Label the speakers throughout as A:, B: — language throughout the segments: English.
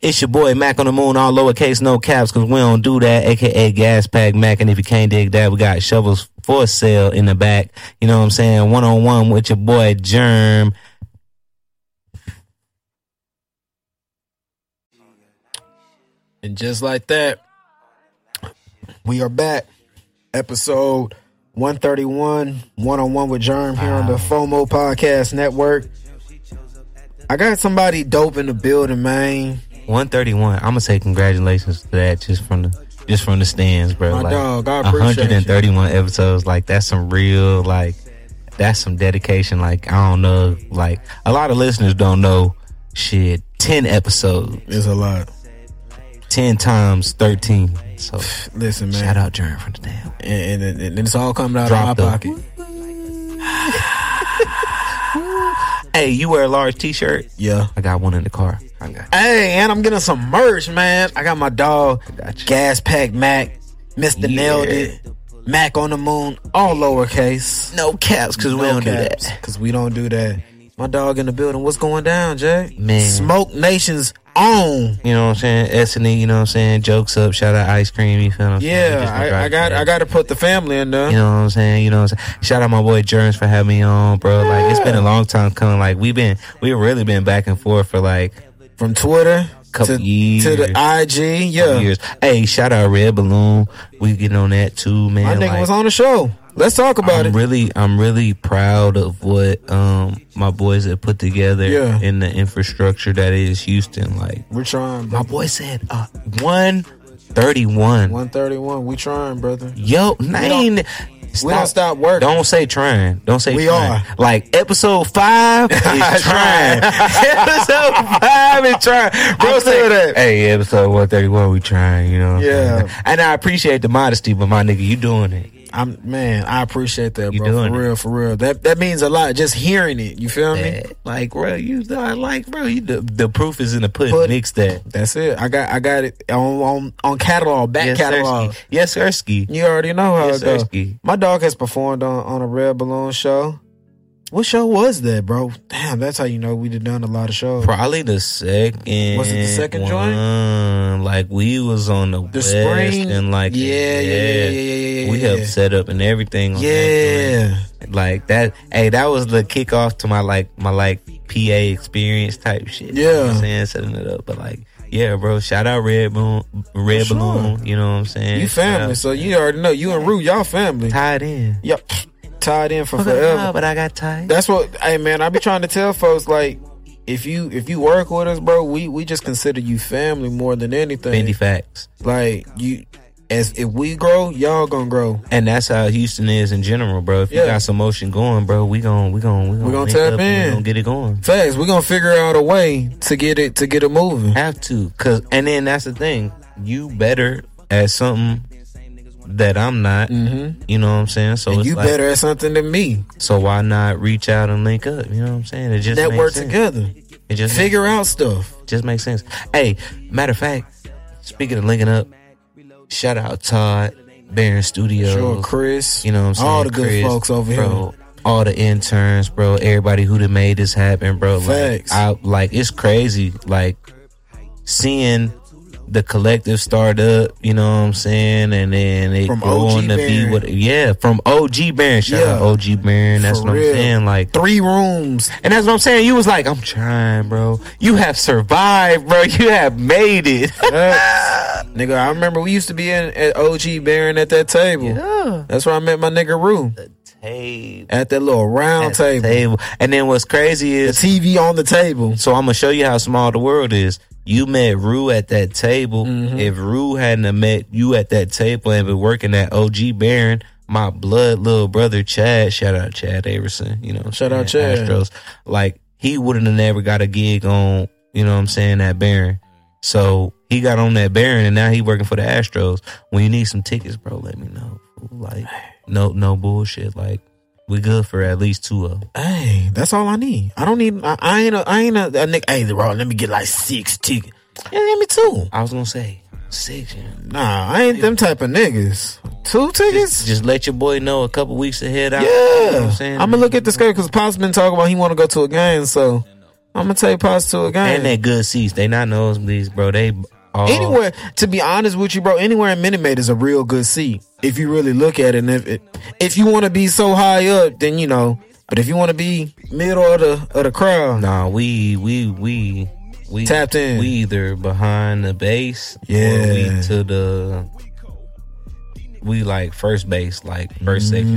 A: It's your boy Mac on the Moon, all lowercase, no caps, cause we don't do that, aka Gas Pack Mac. And if you can't dig that, we got shovels for sale in the back. You know what I'm saying? One on one with your boy Germ.
B: And just like that, we are back. Episode 131, one on one with Germ here on the FOMO Podcast Network. I got somebody dope in the building, man.
A: 131. I'm gonna say congratulations to that just from the just from the stands, bro.
B: My
A: like
B: dog, I appreciate
A: 131 episodes. Like that's some real like that's some dedication. Like I don't know. Like a lot of listeners don't know shit. 10 episodes.
B: It's a lot.
A: 10 times 13. So
B: Listen, man.
A: shout out Jern from the damn.
B: And, and, and it's all coming out
A: Drop
B: of
A: the-
B: my pocket.
A: Hey, you wear a large t-shirt?
B: Yeah.
A: I got one in the car. I got
B: Hey, and I'm getting some merch, man. I got my dog,
A: Gotcha.
B: Gas Pack Mac, Mr. Nailed It, Mac on the Moon, all lowercase.
A: no caps because we don't do that.
B: Because we don't do that. My dog in the building. What's going down, Jay?
A: Man.
B: Smoke Nation's own.
A: You know what I'm saying? S and E, you know what I'm saying? Jokes up, shout out ice cream, you feel what I'm saying? We
B: Yeah,
A: just gonna
B: I, I
A: drive
B: got
A: today.
B: I got to put the family in there.
A: You know what I'm saying? You know what I'm saying? Shout out my boy Jerns for having me on, bro. Like it's been a long time coming. Like we've been we've really been back and forth for like
B: From Twitter
A: Couple
B: to, to the
A: years.
B: IG. Yeah.
A: years. Hey, shout out Red Balloon. We getting on that too, man.
B: My nigga
A: Like,
B: was on the show. Let's talk about
A: I'm
B: it.
A: really I'm really proud of what um my boys have put together
B: Yeah.
A: in the infrastructure that is Houston. Like
B: We're trying.
A: my boy said uh one thirty one.
B: 131. We trying, brother.
A: Yo, nine
B: We don't stop working.
A: Don't say trying. Don't say
B: We
A: trying.
B: are.
A: Like episode five is trying.
B: Trying.
A: episode five is trying. Bro
B: I feel
A: said,
B: that.
A: "Hey, episode one thirty one, we trying." You know. what I'm
B: Yeah.
A: saying? And I appreciate the modesty, but my nigga, you doing it.
B: I'm man, I appreciate that,
A: You
B: bro.
A: doing
B: for
A: it.
B: real, for real. That that means a lot. Just hearing it, you feel me?
A: That- Like, bro, you I like, bro, you the, the proof is in the pudding.
B: Pudding.
A: Mix that.
B: That's it. I got I got it on on, on catalog, back
A: Yes,
B: catalog.
A: Sirski. Yes, Sirski.
B: You already know how
A: Yes,
B: it goes.
A: Sirski.
B: My dog has performed on on a Red Balloon show. What show was that, bro? Damn, that's how you know we done done a lot of shows.
A: Probably the second.
B: Was it the second
A: one.
B: joint?
A: Like we was on the,
B: The
A: west
B: spring?
A: and like
B: yeah, yeah, yeah, yeah, yeah, yeah, yeah.
A: We helped set up and everything. On that joint.
B: Yeah.
A: like that. Hey, that was the kickoff to my like my like PA experience type shit. you know
B: Yeah.
A: what I'm saying setting it up, but like. Yeah, bro. Shout out Red Balloon, Red
B: For sure.
A: Balloon. You know what I'm saying?
B: You family,
A: Shout
B: so you already know. You and Rue, y'all family.
A: out- tied in.
B: Yep. Tied in for
A: Fuck up,
B: forever.
A: But I got tied.
B: That's what hey man, I be trying to tell folks like if you if you work with us, bro, we we just consider you family more than anything.
A: Bendy facts,
B: Like you as if we grow, y'all gonna grow.
A: and that's how Houston is in general, bro. If you
B: Yeah.
A: got some motion going, bro, we gon' we gon' we gon'
B: gonna
A: link
B: tap
A: up and We
B: in.
A: gonna get it going.
B: Facts, we gonna figure out a way to get it to get it moving.
A: Have to, cause and then that's the thing. You better at something that I'm not.
B: Mm-hmm.
A: You know what I'm saying? So
B: And
A: it's
B: you
A: like,
B: better at something than me.
A: So why not reach out and link up? You know what I'm saying? It just
B: Network
A: makes sense.
B: together.
A: It just
B: Figure out stuff.
A: just makes sense. Hey, matter of fact, speaking of linking up, shout out Todd Baron Studios.
B: Sure, Chris.
A: You know what I'm saying?
B: All the good
A: Chris,
B: folks over here.
A: bro, All the interns, bro. Everybody who done made this happen, bro.
B: Facts.
A: Like, I like it's crazy. Like seeing the collective start up. You know what I'm saying? And then it
B: From
A: growing to
B: OG Baron.
A: be what? Yeah, from OG Baron. Shout out
B: Yeah.
A: OG Baron. That's
B: For
A: what
B: real.
A: I'm saying. Like
B: Three rooms.
A: and that's what I'm saying. You was like, I'm trying, bro. You have survived, bro. You have made it.
B: Facts. nigga, I remember we used to be in at OG Baron at that table. That's where I met my nigga Rue.
A: Table.
B: at that little round table.
A: Table. And then what's crazy
B: The
A: is,
B: TV on the table.
A: so I'm gonna show you how small the world is. You met Rue at that table.
B: Mm-hmm.
A: If Rue hadn't have met you at that table and been working at OG Baron, my blood little brother Chad, shout out Chad Averson, you know, what I'm
B: Shout out
A: saying,
B: Chad.
A: Astros, like he wouldn't have never got a gig on, you know what I'm saying, that Baron. So he got on that Baron and now he working for the Astros. When you need some tickets, bro, let me know. Like no no bullshit. Like we good for at least two of them.
B: Hey, that's all I need. I don't need. I, I ain't. A, I ain't a, a nigga. Hey, bro, let me get like six tickets. Yeah, let me two.
A: I was gonna say six. You know?
B: Nah, I ain't them type of niggas. Two
A: just,
B: tickets.
A: just let your boy know a couple weeks ahead. Out,
B: Yeah,
A: you know what I'm saying.
B: I'm gonna look at this guy because Pop's been talking about he want to go to a game. So I'm gonna take props to a game.
A: And that good seats. They not nosebleeds, bro. They all
B: anywhere to be honest with you bro anywhere in minute maid is a real good seat if you really look at it and if it, if you want to be so high up then you know but if you want to be middle of the of the crowd
A: Nah, we we we we
B: Tapped in.
A: We either behind the base, or
B: Yeah.
A: we to the we like first base, like first second.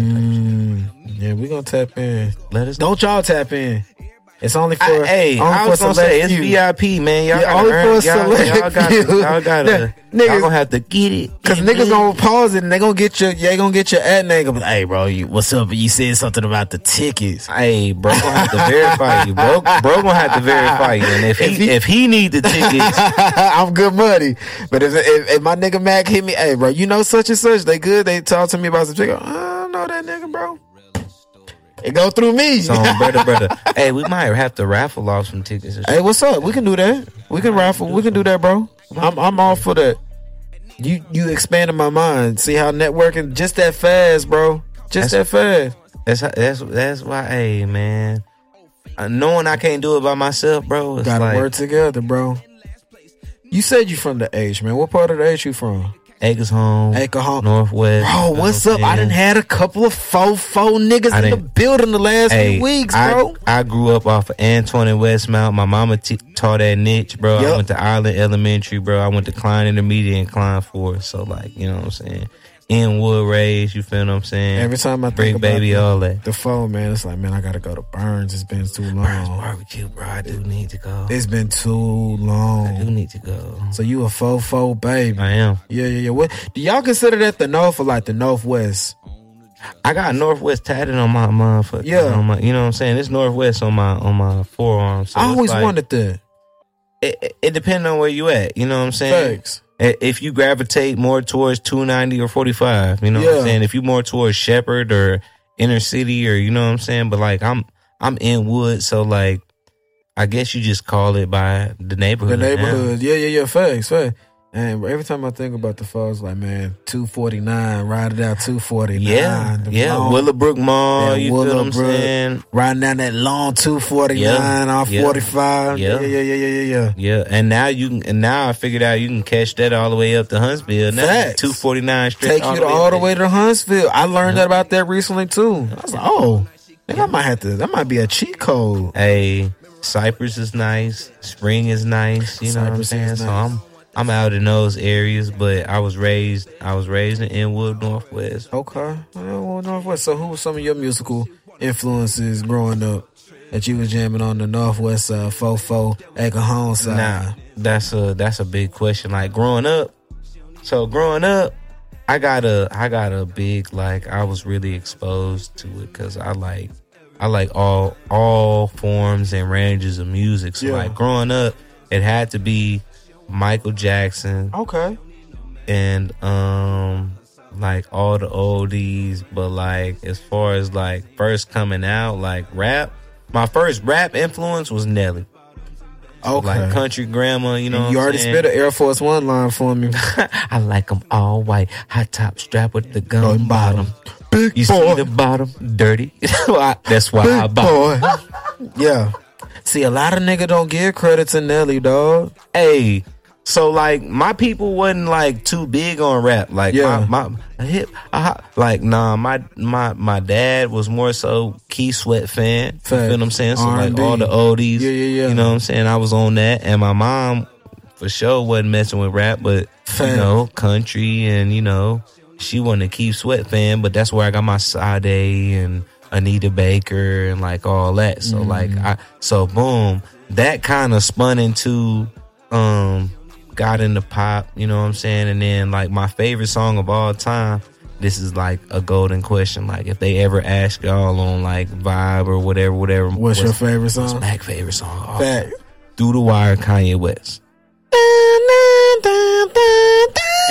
B: Mm, yeah we gonna tap in
A: Let us know.
B: Mm. don't y'all tap in it's only for
A: I, hey,
B: only
A: I
B: for
A: was gonna
B: select
A: say it's
B: few.
A: VIP, man. Y'all
B: Yeah,
A: gotta
B: only
A: earn,
B: for a
A: y'all, y'all
B: select
A: gotta,
B: few.
A: y'all gotta,
B: Niggas-
A: y'all gonna have to get it.
B: Cause niggas gonna pause it and they gonna get your they gonna get your ad and they gonna be like, hey bro, you, what's up? You said something about the tickets.
A: Hey, bro, gonna have to verify you. Bro, bro, gonna have to verify you. And if he if
B: If
A: he,
B: he-
A: need the tickets,
B: I'm good money. But if, if if my nigga Mac hit me, hey bro, you know such and such, they good. They talk to me about some ticket. I don't know that nigga, bro. It go through me.
A: so um, brother, brother, hey, we might have to raffle off some tickets. Or
B: hey, what's up? We can do that. We can raffle. We can do that, bro. I'm I'm all for that. You you expanded my mind. See how networking just that fast, bro. Just that fast.
A: That's that's that's why, hey man. Uh, knowing I can't do it by myself, bro. It's
B: Gotta
A: like,
B: work together, bro. You said you from the H, man. What part of the H you from?
A: Eggleston,
B: Alcohol.
A: Northwest.
B: Bro,
A: you know
B: what's
A: what
B: up?
A: I'm
B: I
A: saying?
B: done had a couple of faux faux niggas
A: I
B: in the
A: done-
B: building the last
A: Hey,
B: few weeks,
A: I-
B: bro.
A: I, grew up off of Antoine and Westmount. My mama t- taught that niche, bro. I
B: Yup.
A: went to Island Elementary, bro. I went to Klein Intermediate and Klein Four. So like, you know what I'm saying? Inwood Rays, you feel what I'm saying?
B: Every time I think
A: Brick
B: about
A: baby,
B: the,
A: all that.
B: the phone, man, it's like, man, I gotta go to Burns. It's been too
A: Burns
B: long.
A: barbecue, bro. I do need to go.
B: It's been too
A: I do
B: long.
A: need to go.
B: So you a faux faux baby?
A: I am.
B: Yeah, yeah, yeah. What do y'all consider that the north or like the northwest?
A: I got Northwest tatted on my motherfucker.
B: Yeah.
A: on my, you know what I'm saying. It's Northwest on my on my forearm. So
B: I
A: it's
B: always
A: like-
B: wanted that.
A: It, it, it depends on where you at. You know what I'm saying.
B: Thanks.
A: I- If you gravitate more towards 290 or 45, you know what
B: Yeah.
A: I'm saying. If you more towards Shepherd or inner city or you know what I'm saying. But like I'm I'm in Wood, so like I guess you just call it by the
B: The
A: neighborhood. now.
B: neighborhood. Yeah, yeah, yeah. Facts, facts. And every time I think about the falls, like man, two forty nine, ride it out, two forty nine.
A: Yeah, yeah. Willowbrook Mall.
B: Yeah,
A: you feel what I'm
B: Willowbrook.
A: saying?
B: riding down that long 249
A: Yeah,
B: off
A: yeah,
B: 45.
A: yeah.
B: Yeah. yeah, yeah, yeah, yeah, yeah.
A: Yeah, and now you can. And now I figured out you can catch that all the way up to Huntsville. Now
B: Facts.
A: two forty nine straight.
B: Take you to all the way to Huntsville. I learned that about that recently too. I was like, oh, nigga, I might have to. That might be a cheat code.
A: Hey, Cypress is nice. Spring is nice. You know what I'm
B: Cypress is
A: saying? So
B: nice.
A: I'm I'm out in those areas, but I was raised I was raised in Inwood Northwest.
B: Okay. Well, well, Northwest. So, who were some of your musical influences growing up that you was jamming on the Northwest side, Fofo, Akahon side?
A: Nah, that's a that's a big question. Like growing up, so growing up, I got a I got a big like I was really exposed to it because I like I like all all forms and ranges of music. So
B: Yeah.
A: like growing up, it had to be Michael Jackson
B: Okay.
A: and um like all the oldies, but like as far as like first coming out like rap, my first rap influence was Nelly
B: Okay.
A: like country grandma, you know.
B: you already
A: it.
B: spit an Air Force One line for me.
A: I like them all white, hot top strap with the
B: Gun
A: gun bottom.
B: Big
A: You
B: boy.
A: see the bottom dirty. Why- That's why I
B: Big
A: bought.
B: boy. yeah. See, a lot of nigga don't give credit to Nelly, dog.
A: Hey, so like my people wasn't like too big on rap. Like
B: Yeah.
A: my, my a hip, a hop- like nah. My my my dad was more so Key Sweat fan. You feel
B: Facts.
A: what I'm saying? So like
B: R&B.
A: all the oldies.
B: Yeah, yeah, yeah.
A: You know what I'm saying? I was on that, and my mom for sure wasn't messing with rap, but you
B: Facts.
A: know, country and you know, she wasn't a Keith Sweat fan, but that's where I got my Sade and Anita Baker and like all that.
B: Mm-hmm.
A: So like I so boom, that kind of spun into um got into pop, you know what I'm saying? And then like my favorite song of all time, this is like a golden question. Like if they ever ask y'all on like vibe or whatever, whatever
B: What's, your favorite song?
A: Mac favorite song? of all time?
B: Fact.
A: Through the Wire, Kanye West.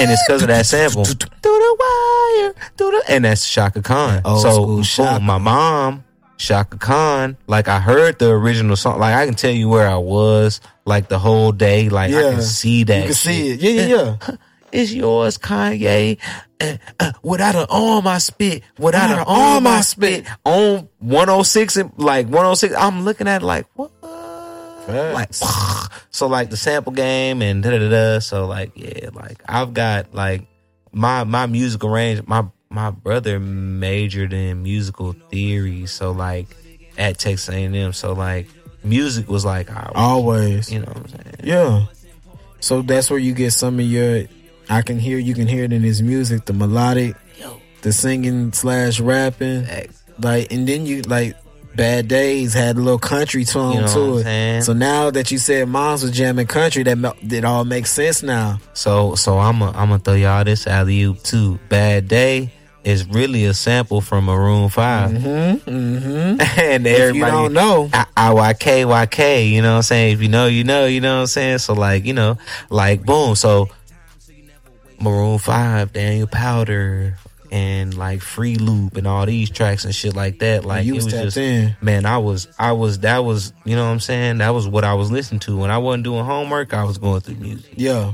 A: And it's because of that sample. Through the wire, through the, and that's Shaka Khan.
B: Old
A: so
B: school
A: boom,
B: Shaka.
A: my mom, Shaka Khan, like I heard the original song. Like I can tell you where I was, like the whole day. Like I
B: Yeah.
A: can see that.
B: You can
A: shit.
B: see it. Yeah, yeah, yeah.
A: It's yours, Kanye. Uh, uh, without an arm, I spit. Without an arm, oh I spit. On 106 and like 106, I'm looking at it like, what? like so like the sample game and da da da. So like yeah, like I've got like my my musical range. My my brother majored in musical theory, so like at Texas A and M. So like music was like our,
B: Always.
A: you know what I'm saying.
B: Yeah. So that's where you get some of your. I can hear you can hear it in his music, the melodic, the singing slash rapping,
A: Facts.
B: like, and then you like bad days had a little country tone
A: You know what I'm
B: to
A: saying?
B: it. So now that you said moms was jamming country, that mel- that all makes sense now.
A: So so I'm a, I'm gonna throw y'all this alley oop too. Bad day is really a sample from Maroon 5
B: Mm-hmm. Mm-hmm.
A: and
B: If you
A: everybody
B: don't know,
A: I, I Y K Y K, you know what I'm saying? If you know, you know, you know what I'm saying? So like, you know, like boom. So Maroon Five, Daniel Powder, and like Free Loop and all these tracks and shit like that. Like
B: you
A: it
B: was
A: was
B: tapped
A: just
B: in.
A: man, I was I was that was you know what I'm saying? That was what I was listening to. When I wasn't doing homework, I was going through music.
B: Yeah,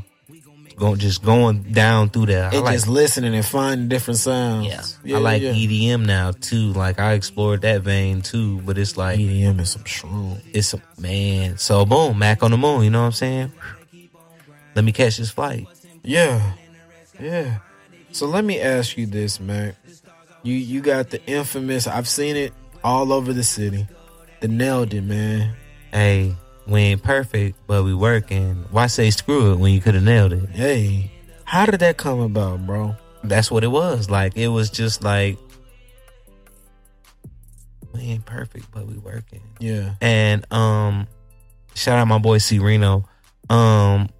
A: Going just going down through that. I
B: and
A: like
B: just listening and finding different sounds.
A: yeah. I like E.
B: yeah.
A: EDM now too. Like I explored that vein too, but it's like
B: EDM E and some shroom.
A: it's a man. So boom, Mac on the moon. You know what I'm saying? Let me catch this flight.
B: Yeah. Yeah. So let me ask you this, Mac. You you got the infamous I've seen it all over the city. The nailed it, man.
A: Hey, we ain't perfect, but we working. Why say screw it when you could have nailed it?
B: Hey. How did that come about, bro?
A: That's what it was. Like it was just like we ain't perfect, but we working.
B: Yeah.
A: And um, shout out my boy C Reno. Um,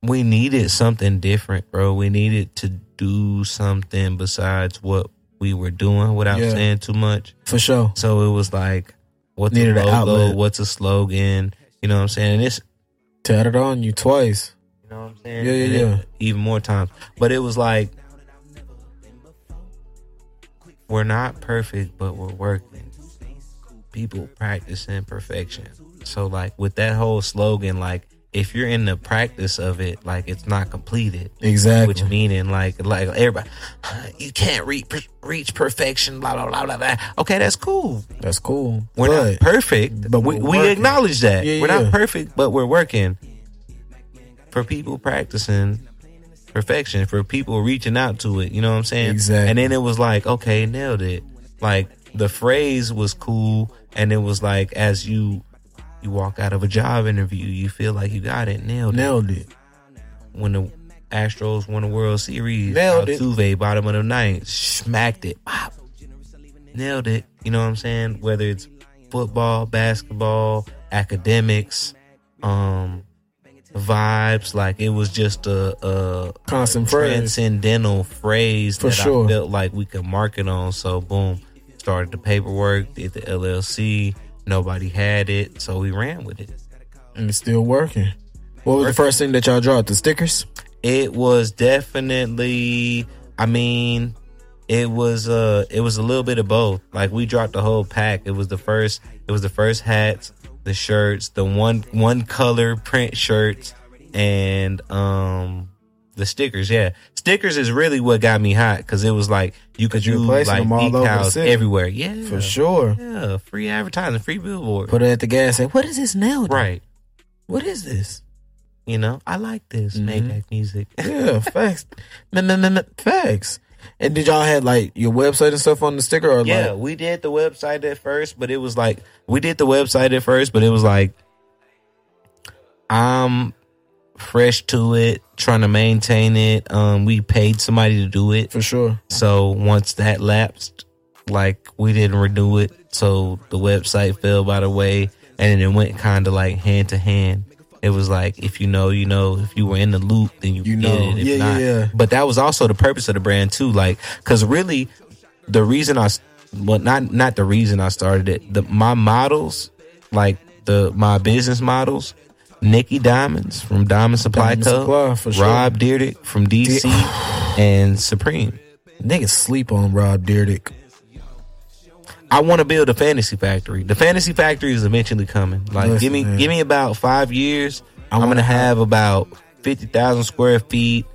A: we needed something different, bro. We needed to do something besides what we were doing without
B: Yeah.
A: saying too much.
B: For sure.
A: So it was like, what's
B: Needed
A: a
B: an
A: logo?
B: outlet.
A: What's a slogan? You know what I'm saying? And it's,
B: Tatted on you twice.
A: you know what I'm saying?
B: Yeah, yeah,
A: And it-
B: yeah.
A: even more times. But it was like, we're not perfect, but we're working. People practicing perfection. So, like, with that whole slogan, like, if you're in the practice of it, like, it's not completed.
B: Exactly.
A: Which meaning like like everybody, "Uh, you can't reach reach perfection. Blah blah blah blah blah. Okay, that's cool.
B: That's cool.
A: We're not
B: But
A: perfect,
B: but
A: but we,
B: we're
A: we
B: working.
A: acknowledge that.
B: Yeah,
A: we're
B: yeah.
A: not perfect, but we're working. For people practicing perfection, for people reaching out to it, you know what I'm saying?
B: Exactly.
A: And then it was like, okay, nailed it. Like the phrase was cool, and it was like as you you walk out of a job interview, you feel like you got it, nailed it.
B: nailed it.
A: When the Astros won the World Series,
B: Nailed it.
A: Altuve, bottom of the ninth, smacked it. Bop. Nailed it. You know what I'm saying? Whether it's football, basketball, academics, um, vibes, like it was just a, a
B: Constant friends.
A: transcendental phrase
B: For
A: that
B: sure.
A: I felt like we could market on. So boom, started the paperwork, did the LLC. Nobody had it, so we ran with it.
B: And it's still working. What was the first thing that y'all dropped? The stickers?
A: it was definitely i mean it was uh it was a little bit of both like we dropped the whole pack it was the first it was the first hats the shirts the one one color print shirts and um the stickers yeah stickers is really what got me hot because it was like you could
B: you
A: do
B: were placing
A: like
B: them all over the
A: decals
B: city.
A: everywhere yeah
B: For sure.
A: yeah free advertising free billboard
B: Put it at the gas say, What is this nailed? it?
A: right
B: What is this?
A: you know i like this
B: Mhm.
A: Maybach music
B: Yeah, facts. No, no, no, no, facts. And did y'all had like your website and stuff on the sticker or
A: Yeah,
B: like
A: we did the website at first, but it was like we did the website at first, but it was like I'm fresh to it, trying to maintain it. Um, we paid somebody to do it,
B: for sure?
A: so once that lapsed, like we didn't renew it, so the website fell by the way, and then it went kind of like hand to hand. It was like if you know, you know. If you were in the loop, then you,
B: You
A: get
B: know.
A: it. If
B: Yeah, yeah,
A: not-
B: yeah.
A: But that was also the purpose of the brand too, like because really, the reason I, s- well, not not the reason I started it. The my models, like the my business models, Nikki Diamonds from Diamond Supply
B: Diamond
A: Co.
B: Supply, for sure.
A: Rob Deirdick from DC, and Supreme.
B: Niggas sleep on Rob Dyrdek.
A: I want to build a fantasy factory. The fantasy factory is eventually coming. Like,
B: Listen,
A: give me
B: man.
A: give me about five years. I'm
B: wanna
A: gonna have about fifty thousand square feet,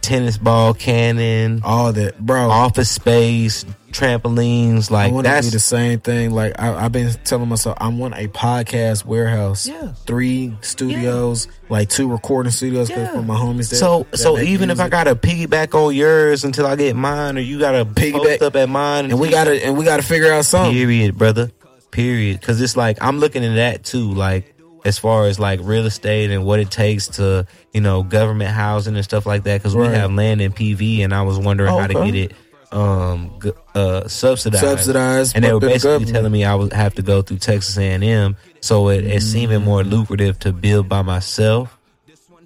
A: tennis ball cannon,
B: All that, bro.
A: office space, trampolines.
B: I
A: Like
B: want to do
A: that's
B: the same thing. Like I, I've been telling myself, I want a podcast warehouse.
A: Yeah.
B: Three studios, like two recording studios 'cause
A: Yeah.
B: for my homies. That,
A: so.
B: that
A: So
B: make
A: even if I
B: music.
A: gotta piggyback on yours until I get mine, or you gotta
B: Piggyback.
A: piggyback up at mine,
B: and we gotta and we gotta figure out something.
A: period, brother. Period. Because it's like I'm looking at that too, like as far as like real estate and what it takes to you know government housing and stuff like that. Because
B: Right.
A: we have land in PV, and I was wondering how
B: Okay.
A: to get it um g- uh subsidized.
B: Subsidized
A: and
B: by
A: they were
B: the
A: basically
B: government.
A: telling me I would have to go through Texas A&M. So it, it's
B: Mm.
A: seeming more lucrative to build by myself.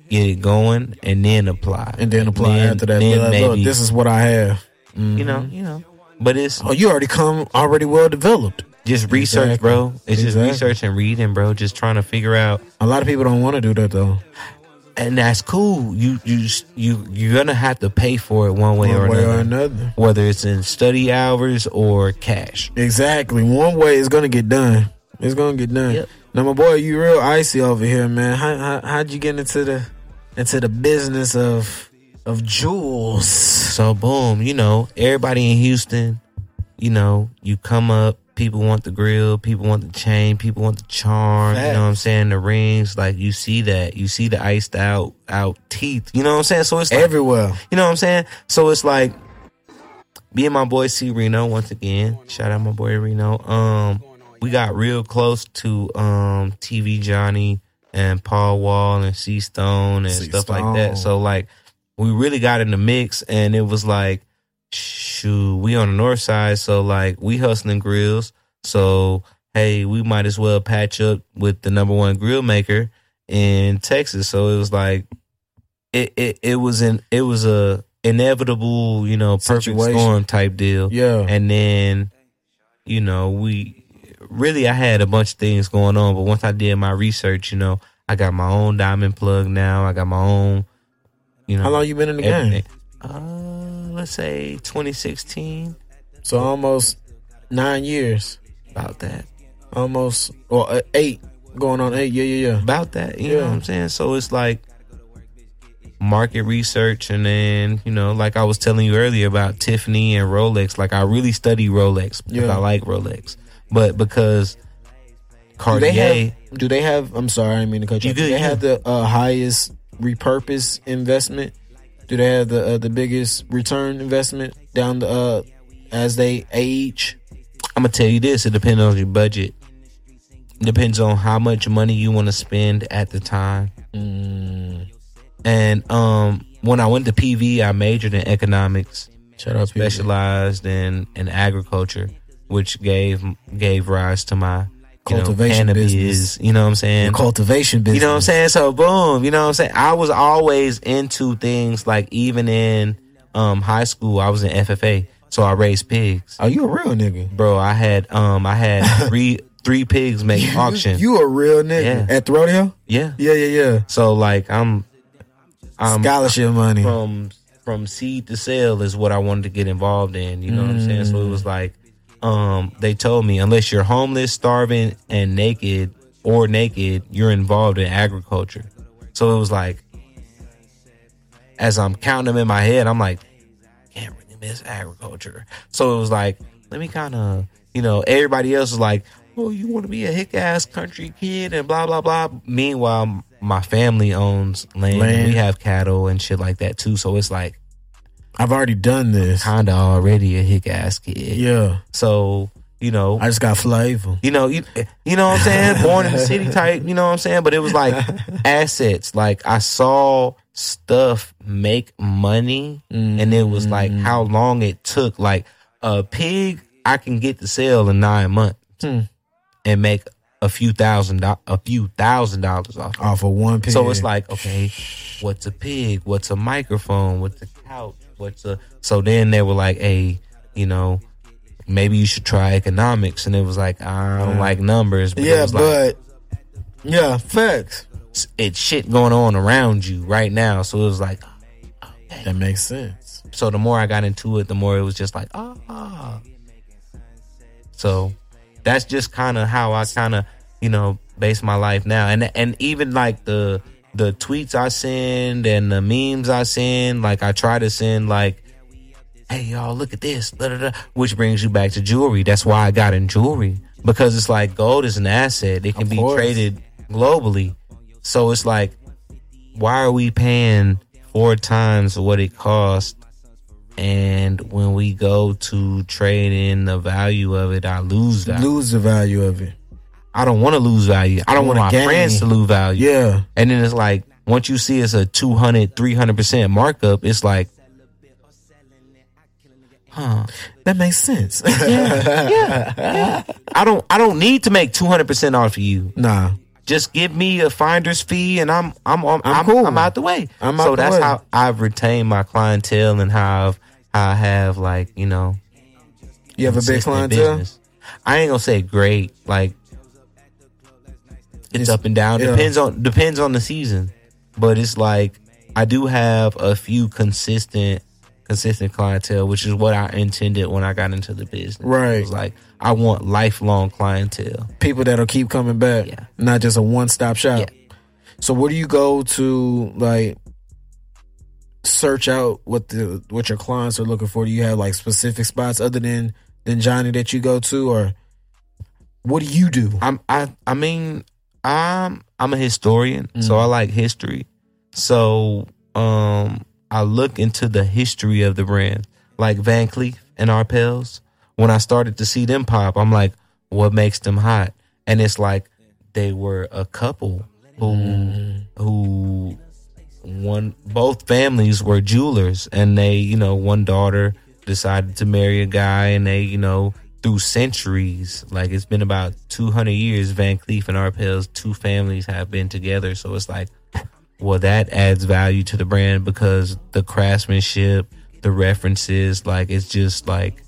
A: Get it going and then apply,
B: and then apply after
A: Then
B: that. Be like, Look,
A: maybe,
B: this is what I have.
A: you know, you know. But it's
B: Oh, you already come already well developed.
A: just research,
B: Exactly.
A: bro. It's
B: Exactly.
A: just research and reading, bro. Just trying to figure out,
B: A lot of people don't want to do that though.
A: and that's cool. You you you you're gonna have to pay for it one way,
B: One
A: or,
B: way
A: another.
B: or another.
A: whether it's in study hours or cash.
B: Exactly. One way it's gonna get done. It's gonna get done.
A: Yep.
B: Now my boy, you real icy over here, man. How, how how'd you get into the into the business of of jewels?
A: So boom, you know, everybody in Houston, you know, you come up. People want the grill. People want the chain. People want the charm. You
B: Facts.
A: know what I'm saying? The rings. Like you see that. You see the iced out out teeth. You know what I'm saying? So it's like,
B: Everywhere.
A: You know what I'm saying? So it's like me and my boy C Reno once again. Shout out my boy Reno. Um, we got real close to um TV Johnny and Paul Wall and C Stone and
B: C
A: stuff like that.
B: Stone.
A: So like we really got in the mix and it was like shoot, we on the north side, so like we hustling grills. So hey, we might as well patch up with the number one grill maker in Texas. So it was like it it, it was an it was a inevitable, you know, perfect
B: Situation.
A: storm type deal.
B: Yeah.
A: And then, you know, we really I had a bunch of things going on, but once I did my research, you know, I got my own diamond plug now. I got my own, you know,
B: How long you been in the game?
A: everything. Uh, let's say 2016,
B: So almost nine years.
A: about that,
B: Almost well uh, eight. Going on eight. Yeah, yeah, yeah.
A: about that. You
B: Yeah.
A: know what I'm saying? So it's like market research, and then you know, like I was telling you earlier about Tiffany and Rolex. Like I really study Rolex because
B: Yeah.
A: I like Rolex, but because Cartier.
B: Do they have? Do they have? I'm sorry, I didn't mean to cut you.
A: You
B: off. do
A: good,
B: they
A: you
B: have the uh, highest repurpose investment? Do they have the uh, the biggest return investment down the uh, as they age?
A: I'm gonna tell you this: it depends on your budget. Depends on how much money you want to spend at the time.
B: Mm.
A: And um, when I went to PV, I majored in economics,
B: Shout out, special.
A: specialized in in agriculture, which gave gave rise to my you know,
B: Cultivation
A: cannabis,
B: business.
A: You know what I'm saying?
B: cultivation
A: You
B: business.
A: know what I'm saying? So boom, you know what I'm saying? I was always into things like even in um high school, I was in FFA, so I raised pigs
B: Are you a real nigga?
A: bro. I had um, I had three three pigs make auction.
B: You, a real nigga
A: Yeah.
B: at the rodeo?
A: yeah.
B: Yeah, yeah, yeah.
A: So like I'm, I'm
B: Scholarship money.
A: from from seed to sale is what I wanted to get involved in. You know what I'm saying? So it was like, um, they told me unless you're homeless, starving, and naked or naked, you're involved in agriculture. So it was like, as I'm counting them in my head, I'm like, can't really miss agriculture. So it was like, let me kind of, you know, everybody else was like, oh, you want to be a hick ass country kid and blah, blah, blah. Meanwhile, my family owns land.
B: Land.
A: We have cattle and shit like that too. So it's like,
B: I've already done this.
A: kind of already a hick ass kid.
B: Yeah,
A: So, you know,
B: I just got flavor.
A: you know, you, you know what I'm saying? Born in the city type, you know what I'm saying? But it was like assets. Like I saw stuff make money and it was like
B: Mm.
A: how long it took. Like a pig I can get to sell in nine months
B: Hmm.
A: and make a few thousand do- a few thousand dollars off. of it.
B: Off of one pig.
A: So it's like, okay, what's a pig? What's a microphone? What's a couch? What's a so then they were like, hey, you know, maybe you should try economics, and it was like, I don't like numbers, but it
B: yeah,
A: was like,
B: but yeah, facts.
A: s- it's shit going on around you right now. So it was like,
B: That makes sense.
A: so the more I got into it, the more it was just like, ah. So that's just kind of how I kind of, you know, base my life now. And and even like the the tweets I send and the memes I send, like I try to send like hey y'all, look at this, da, da, da, which brings you back to jewelry. That's why I got in jewelry because it's like gold is an asset. It can
B: Of
A: be
B: course.
A: traded globally. So it's like, why are we paying four times what it costs? And when we go to trade in the value of it, I lose value.
B: Lose the value of it.
A: I don't want to lose value. I don't
B: You
A: want my
B: wanna gain.
A: friends to lose value.
B: Yeah.
A: And then it's like, once you see it's a 200, 300% markup, it's like, huh.
B: That makes sense.
A: Yeah, yeah, yeah. I don't, I don't need to make 200% off of you.
B: nah.
A: Just give me a finder's fee and I'm, I'm, I'm, I'm,
B: cool.
A: I'm out the way.
B: I'm out
A: so
B: the
A: that's
B: way.
A: how I've retained my clientele and how I've, how I have like, you know,
B: You have a big
A: consistent
B: clientele?
A: business. I ain't gonna say great. Like it's,
B: It's-
A: up and down.
B: yeah.
A: Depends on depends on the season. But it's like I do have a few consistent consistent clientele, which is what I intended when I got into the business.
B: Right.
A: It was like I want lifelong clientele.
B: People that'll keep coming back.
A: Yeah.
B: Not just a one stop shop.
A: Yeah.
B: So where do you go to like search out what the what your clients are looking for? Do you have like specific spots other than than Johnny that you go to or what do you do?
A: I'm I I mean I'm I'm a historian, so I like history. So um I look into the history of the brand, like Van Cleef and Arpels. When I started to see them pop, I'm like, what makes them hot? And it's like they were a couple who who one both families were jewelers and they you know one daughter decided to marry a guy and they you know through centuries like it's been about 200 years van cleef and arpels two families have been together so it's like well that adds value to the brand because the craftsmanship the references like it's just like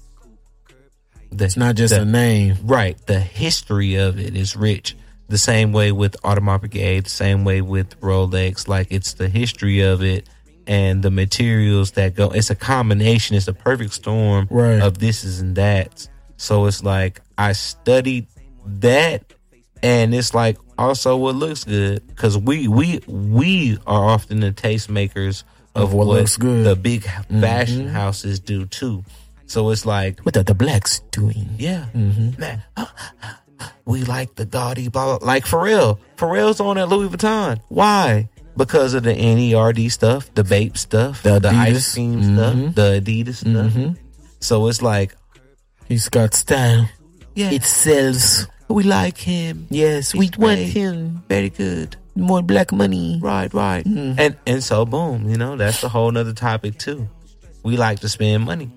A: the,
B: It's not just
A: the,
B: a name.
A: Right. The history of it is rich. The same way with Audemars Brigade, the same way with Rolex. Like it's the history of it and the materials that go. It's a combination. It's a perfect storm
B: Right.
A: of this is and that. So it's like I studied that, and it's like also what looks good because we we we are often the tastemakers of,
B: Of what looks good. Mm-hmm.
A: The big fashion houses do too. So it's like
B: What are the blacks doing?
A: yeah.
B: Mm-hmm.
A: Man, uh, we like the gaudy blah, blah. Like Pharrell. Pharrell's on at Louis Vuitton. Why? Because of the NERD stuff, the vape stuff,
B: The
A: the,
B: Adidas. Mm-hmm.
A: ice cream stuff, the Adidas stuff. So it's like,
B: He's got style.
A: yeah,
B: It sells.
A: we like him.
B: Yes, we
A: He's
B: want
A: great.
B: him.
A: Very good.
B: More black money. Mm-hmm.
A: Right, right. And and so boom, you know, that's a whole nother topic too. We like to spend money.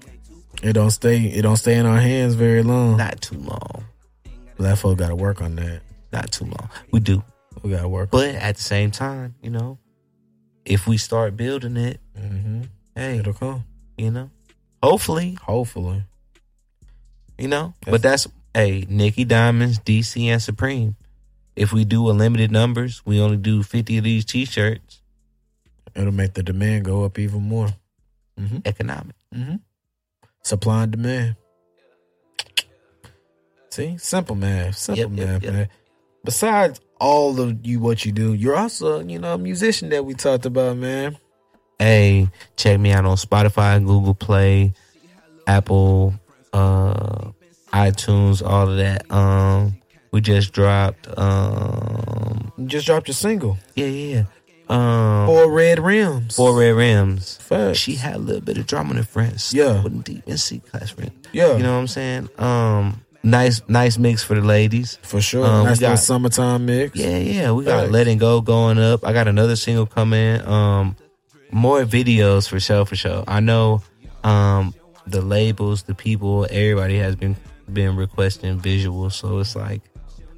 B: It don't stay. It don't stay in our hands very long.
A: Not too long.
B: Black folk got to work on that.
A: Not too long. We do.
B: We got to work.
A: But at the same time, you know, if we start building it,
B: hmm
A: hey,
B: It'll come.
A: you know, hopefully,
B: Hopefully.
A: you know. But that's hey, Nikki Diamonds, DC, and Supreme. If we do a limited numbers, we only do fifty of these T-shirts.
B: It'll make the demand go up even more.
A: Economic.
B: Supply and demand. See, simple math, simple
A: Yep, yep,
B: math,
A: yep.
B: man. Besides all of you, what you do, you're also, you know, a musician that we talked about, man.
A: Hey, check me out on Spotify, Google Play, Apple, uh, iTunes, all of that. Um, we just dropped. Um,
B: You just dropped your single,
A: yeah, yeah. yeah. Um,
B: Four Red Rims.
A: four red rims.
B: Facts.
A: She had a little bit of drama in France.
B: Yeah.
A: With deep in C class friend.
B: Yeah.
A: You know what I'm saying? Um nice nice mix for the ladies.
B: For sure.
A: Um, we
B: That's the
A: got-
B: summertime mix.
A: Yeah, yeah. We got
B: Facts.
A: letting go going up. I got another single coming. Um more videos for show for show. I know um the labels, the people, everybody has been been requesting visuals, so it's like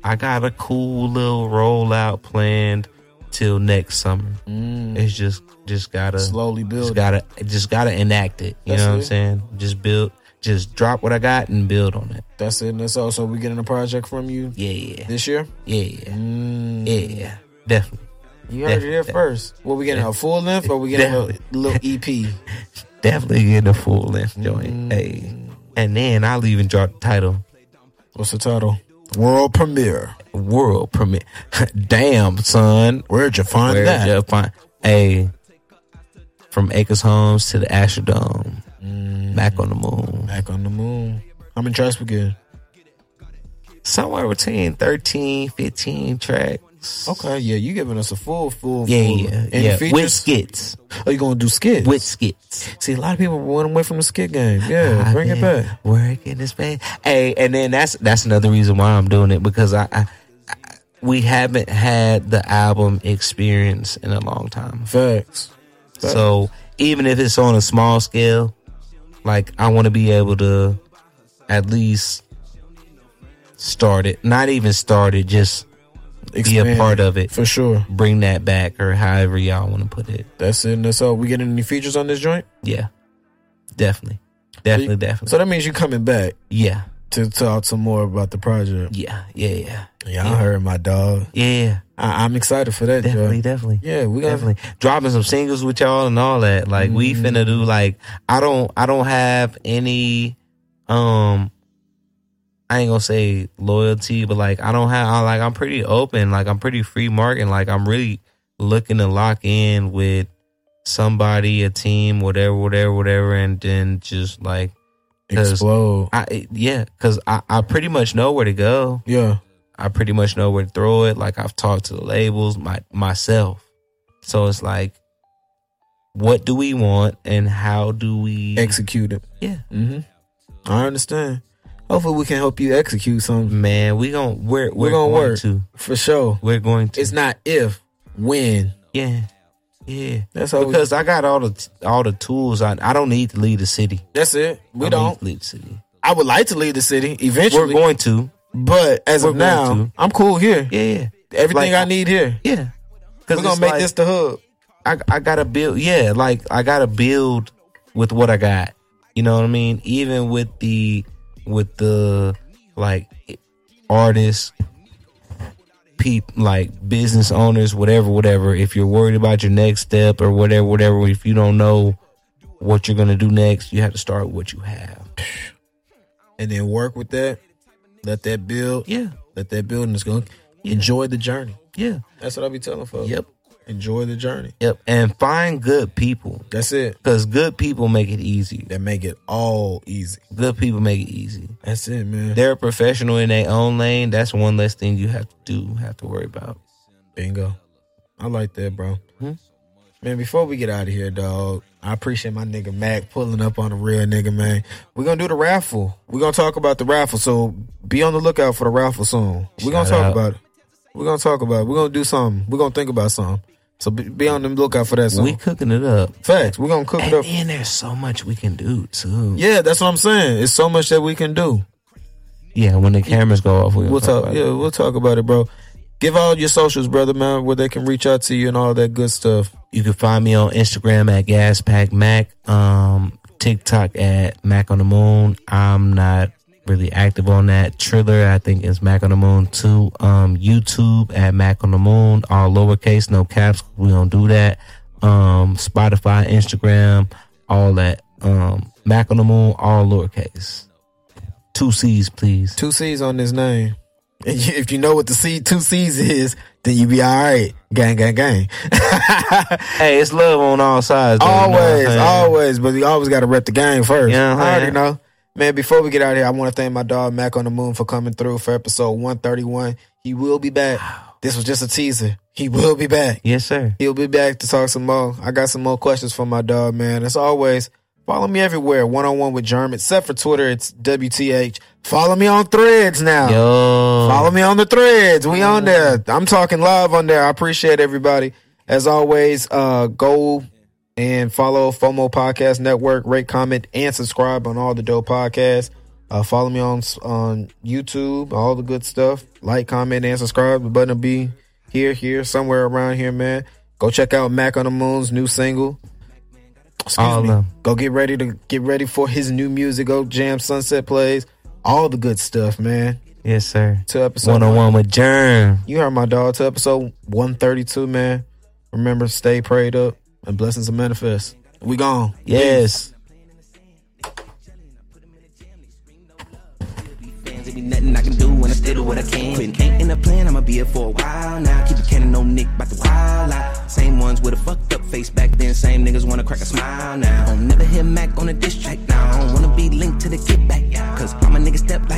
A: I got a cool little rollout planned till next summer.
B: Mm,
A: It's just just gotta
B: slowly building.
A: just gotta just gotta enact it. You
B: That's
A: know what I'm
B: it.
A: saying? Just build, just drop what I got and build on it.
B: That's it. And that's all. So we getting a project from you
A: Yeah, yeah,
B: this year?
A: yeah,
B: Mm.
A: yeah, yeah. Definitely,
B: You heard it here
A: Definitely.
B: first. What we getting a full length or we getting a
A: Definitely.
B: little E EP?
A: definitely get the full length
B: Mm.
A: joint. Hey, and then I'll even drop the title
B: What's the title? World premiere.
A: "World Permit." Damn, son,
B: Where'd you find
A: where'd
B: that?
A: you find? Hey, from Acres Homes to the Astrodome.
B: Mm,
A: Back on the moon.
B: back on the moon. How many tracks we get?
A: Somewhere between 13, 15 tracks.
B: Okay, yeah, you giving us a full, full,
A: Oh, Yeah,
B: full.
A: yeah,
B: Any
A: yeah.
B: features?
A: With skits.
B: Oh, you gonna do skits?
A: With skits.
B: See, a lot of people went away from the skit game. Yeah,
A: I've
B: bring it
A: been
B: back.
A: Working this space. Hey, and then that's that's another reason why I'm doing it because I, I, I we haven't had the album experience in a long time.
B: Facts. Facts.
A: So even if it's on a small scale, like I want to be able to at least start it. Not even start it, just be a
B: Expand
A: part of it.
B: for sure.
A: Bring that back or however y'all want to put it.
B: That's it. and That's all. We getting any features on this joint?
A: Yeah. Definitely. Definitely, definitely.
B: So that means you coming back
A: yeah.
B: to talk some more about the project.
A: Yeah. Yeah. Yeah.
B: Yeah, I heard my dog.
A: Yeah.
B: I, I'm excited for that.
A: Definitely.
B: Definitely.
A: Definitely.
B: Yeah, we got
A: Definitely dropping some singles with y'all and all that. Like we finna do like I don't I don't have any um I ain't gonna say loyalty, but like I don't have I like I'm pretty open, like I'm pretty free market, like I'm really looking to lock in with somebody, a team, whatever, whatever, whatever, and then just like Cause-
B: explode.
A: I yeah, cause I I pretty much know where to go.
B: Yeah,
A: I pretty much know where to throw it. Like I've talked to the labels, my myself. So it's like, what do we want, and how do we?
B: execute it.
A: yeah,
B: hmm I understand. Hopefully, we can help you execute something
A: man, we gon' we're we're,
B: We're gonna
A: going
B: work.
A: to
B: for sure.
A: we're going to
B: It's not if, when.
A: yeah yeah
B: That's how. We,
A: because I got all the t- all the tools. I I don't need to leave the city.
B: that's it. We
A: I
B: don't.
A: need to leave the city.
B: I would like to leave the city
A: We're
B: eventually,
A: going to
B: but as
A: we're
B: of
A: going
B: now,
A: to.
B: I'm cool here.
A: yeah yeah
B: Everything
A: Like-
B: I need here.
A: yeah.
B: We're
A: Because
B: gonna make this the hub.
A: I I gotta build. Yeah, like I gotta build with what I got. You know what I mean? Even with the with the like artists, peop like business owners, whatever, whatever. If you're worried about your next step or whatever, whatever, if you don't know what you're gonna do next, you have to start with what you have.
B: and then work with that. Let that build.
A: Yeah,
B: Let that build, and it's going.
A: Yeah.
B: Enjoy the journey.
A: yeah,
B: That's what I'll be telling folks.
A: Yep.
B: Enjoy the journey.
A: yep. And find good people
B: That's it.
A: because good people make it easy.
B: That make it all easy.
A: Good people make it easy.
B: That's it, man.
A: they're a professional in their own lane. That's one less thing you have to do, have to worry about.
B: Bingo. I like that, bro.
A: Mhm.
B: Man, before we get out of here, dog, I appreciate my nigga Mac pulling up on a real nigga, man. We're gonna do the raffle. We're gonna talk about the raffle. So be on the lookout for the raffle soon. We're gonna
A: Shout
B: talk
A: out.
B: about it. We're gonna talk about it. We're gonna do something. We're gonna think about something. So be, be on the lookout for that soon.
A: we cooking it up.
B: Facts. We're gonna cook it
A: And
B: up.
A: then there's so much we can do too. Yeah,
B: Yeah, that's what I'm saying. It's so much that we can do.
A: when the cameras go off, we
B: We'll talk.
A: about
B: yeah,
A: it.
B: we'll talk about it, bro. Give all your socials, brother, man, where they can reach out to you and all that good stuff.
A: You can find me on Instagram at GaspackMac, um, TikTok at Mac on the Moon. I'm not really active on that. Triller, I think, is Mac on the Moon too. Um, YouTube at Mac on the Moon, all lowercase, no caps. We don't do that. Um, Spotify, Instagram, all that. Um, Mac on the Moon, all lowercase. Two C's, please.
B: Two C's on this name. And you- if you know what the C two C's is, then you be all right. Gang, gang, gang.
A: Hey, it's love on all sides. though, you know what I'm
B: always,
A: saying?
B: always. But you always got to rep the game first.
A: Yeah,
B: I already
A: yeah.
B: know. Man, before we get out of here, I want to thank my dog Mac on the Moon for coming through for episode 131. He will be back. This was just a teaser. He will be back.
A: Yes, sir.
B: He'll be back to talk some more. I got some more questions for my dog, man. As always, follow me everywhere. One on one with Germ, except for Twitter. It's WTH. Follow me on Threads now.
A: Yo.
B: Follow me on the Threads. We on there. I'm talking live on there. I appreciate everybody. As always, uh, go and follow FOMO Podcast Network. Rate, comment, and subscribe on all the dope podcasts. Uh, follow me on on YouTube. All the good stuff. Like, comment, and subscribe. The button will be here, here, somewhere around here, man. Go check out Mac on the Moon's new single. Excuse
A: All
B: me.
A: of 'em.
B: Go get ready to get ready for his new music. Go jam Sunset plays. All the good stuff, man.
A: Yes, sir.
B: To episode
A: One on one with Germ.
B: you heard my dog to episode 132, man. Remember, stay prayed up and blessings to manifest. We gone.
A: Yes.
C: fans. It be nothing I can do when I still do what I can. Quitting ain't in the plan, I'ma be here for a while now. Keep it cannon, no Nick, bout the wild out. Same ones with a fucked up face back then. Same niggas wanna crack a smile now. Don't never hear Mac on a diss track now. Don't wanna be linked to the kickback, yeah. Cause I'm a nigga step like.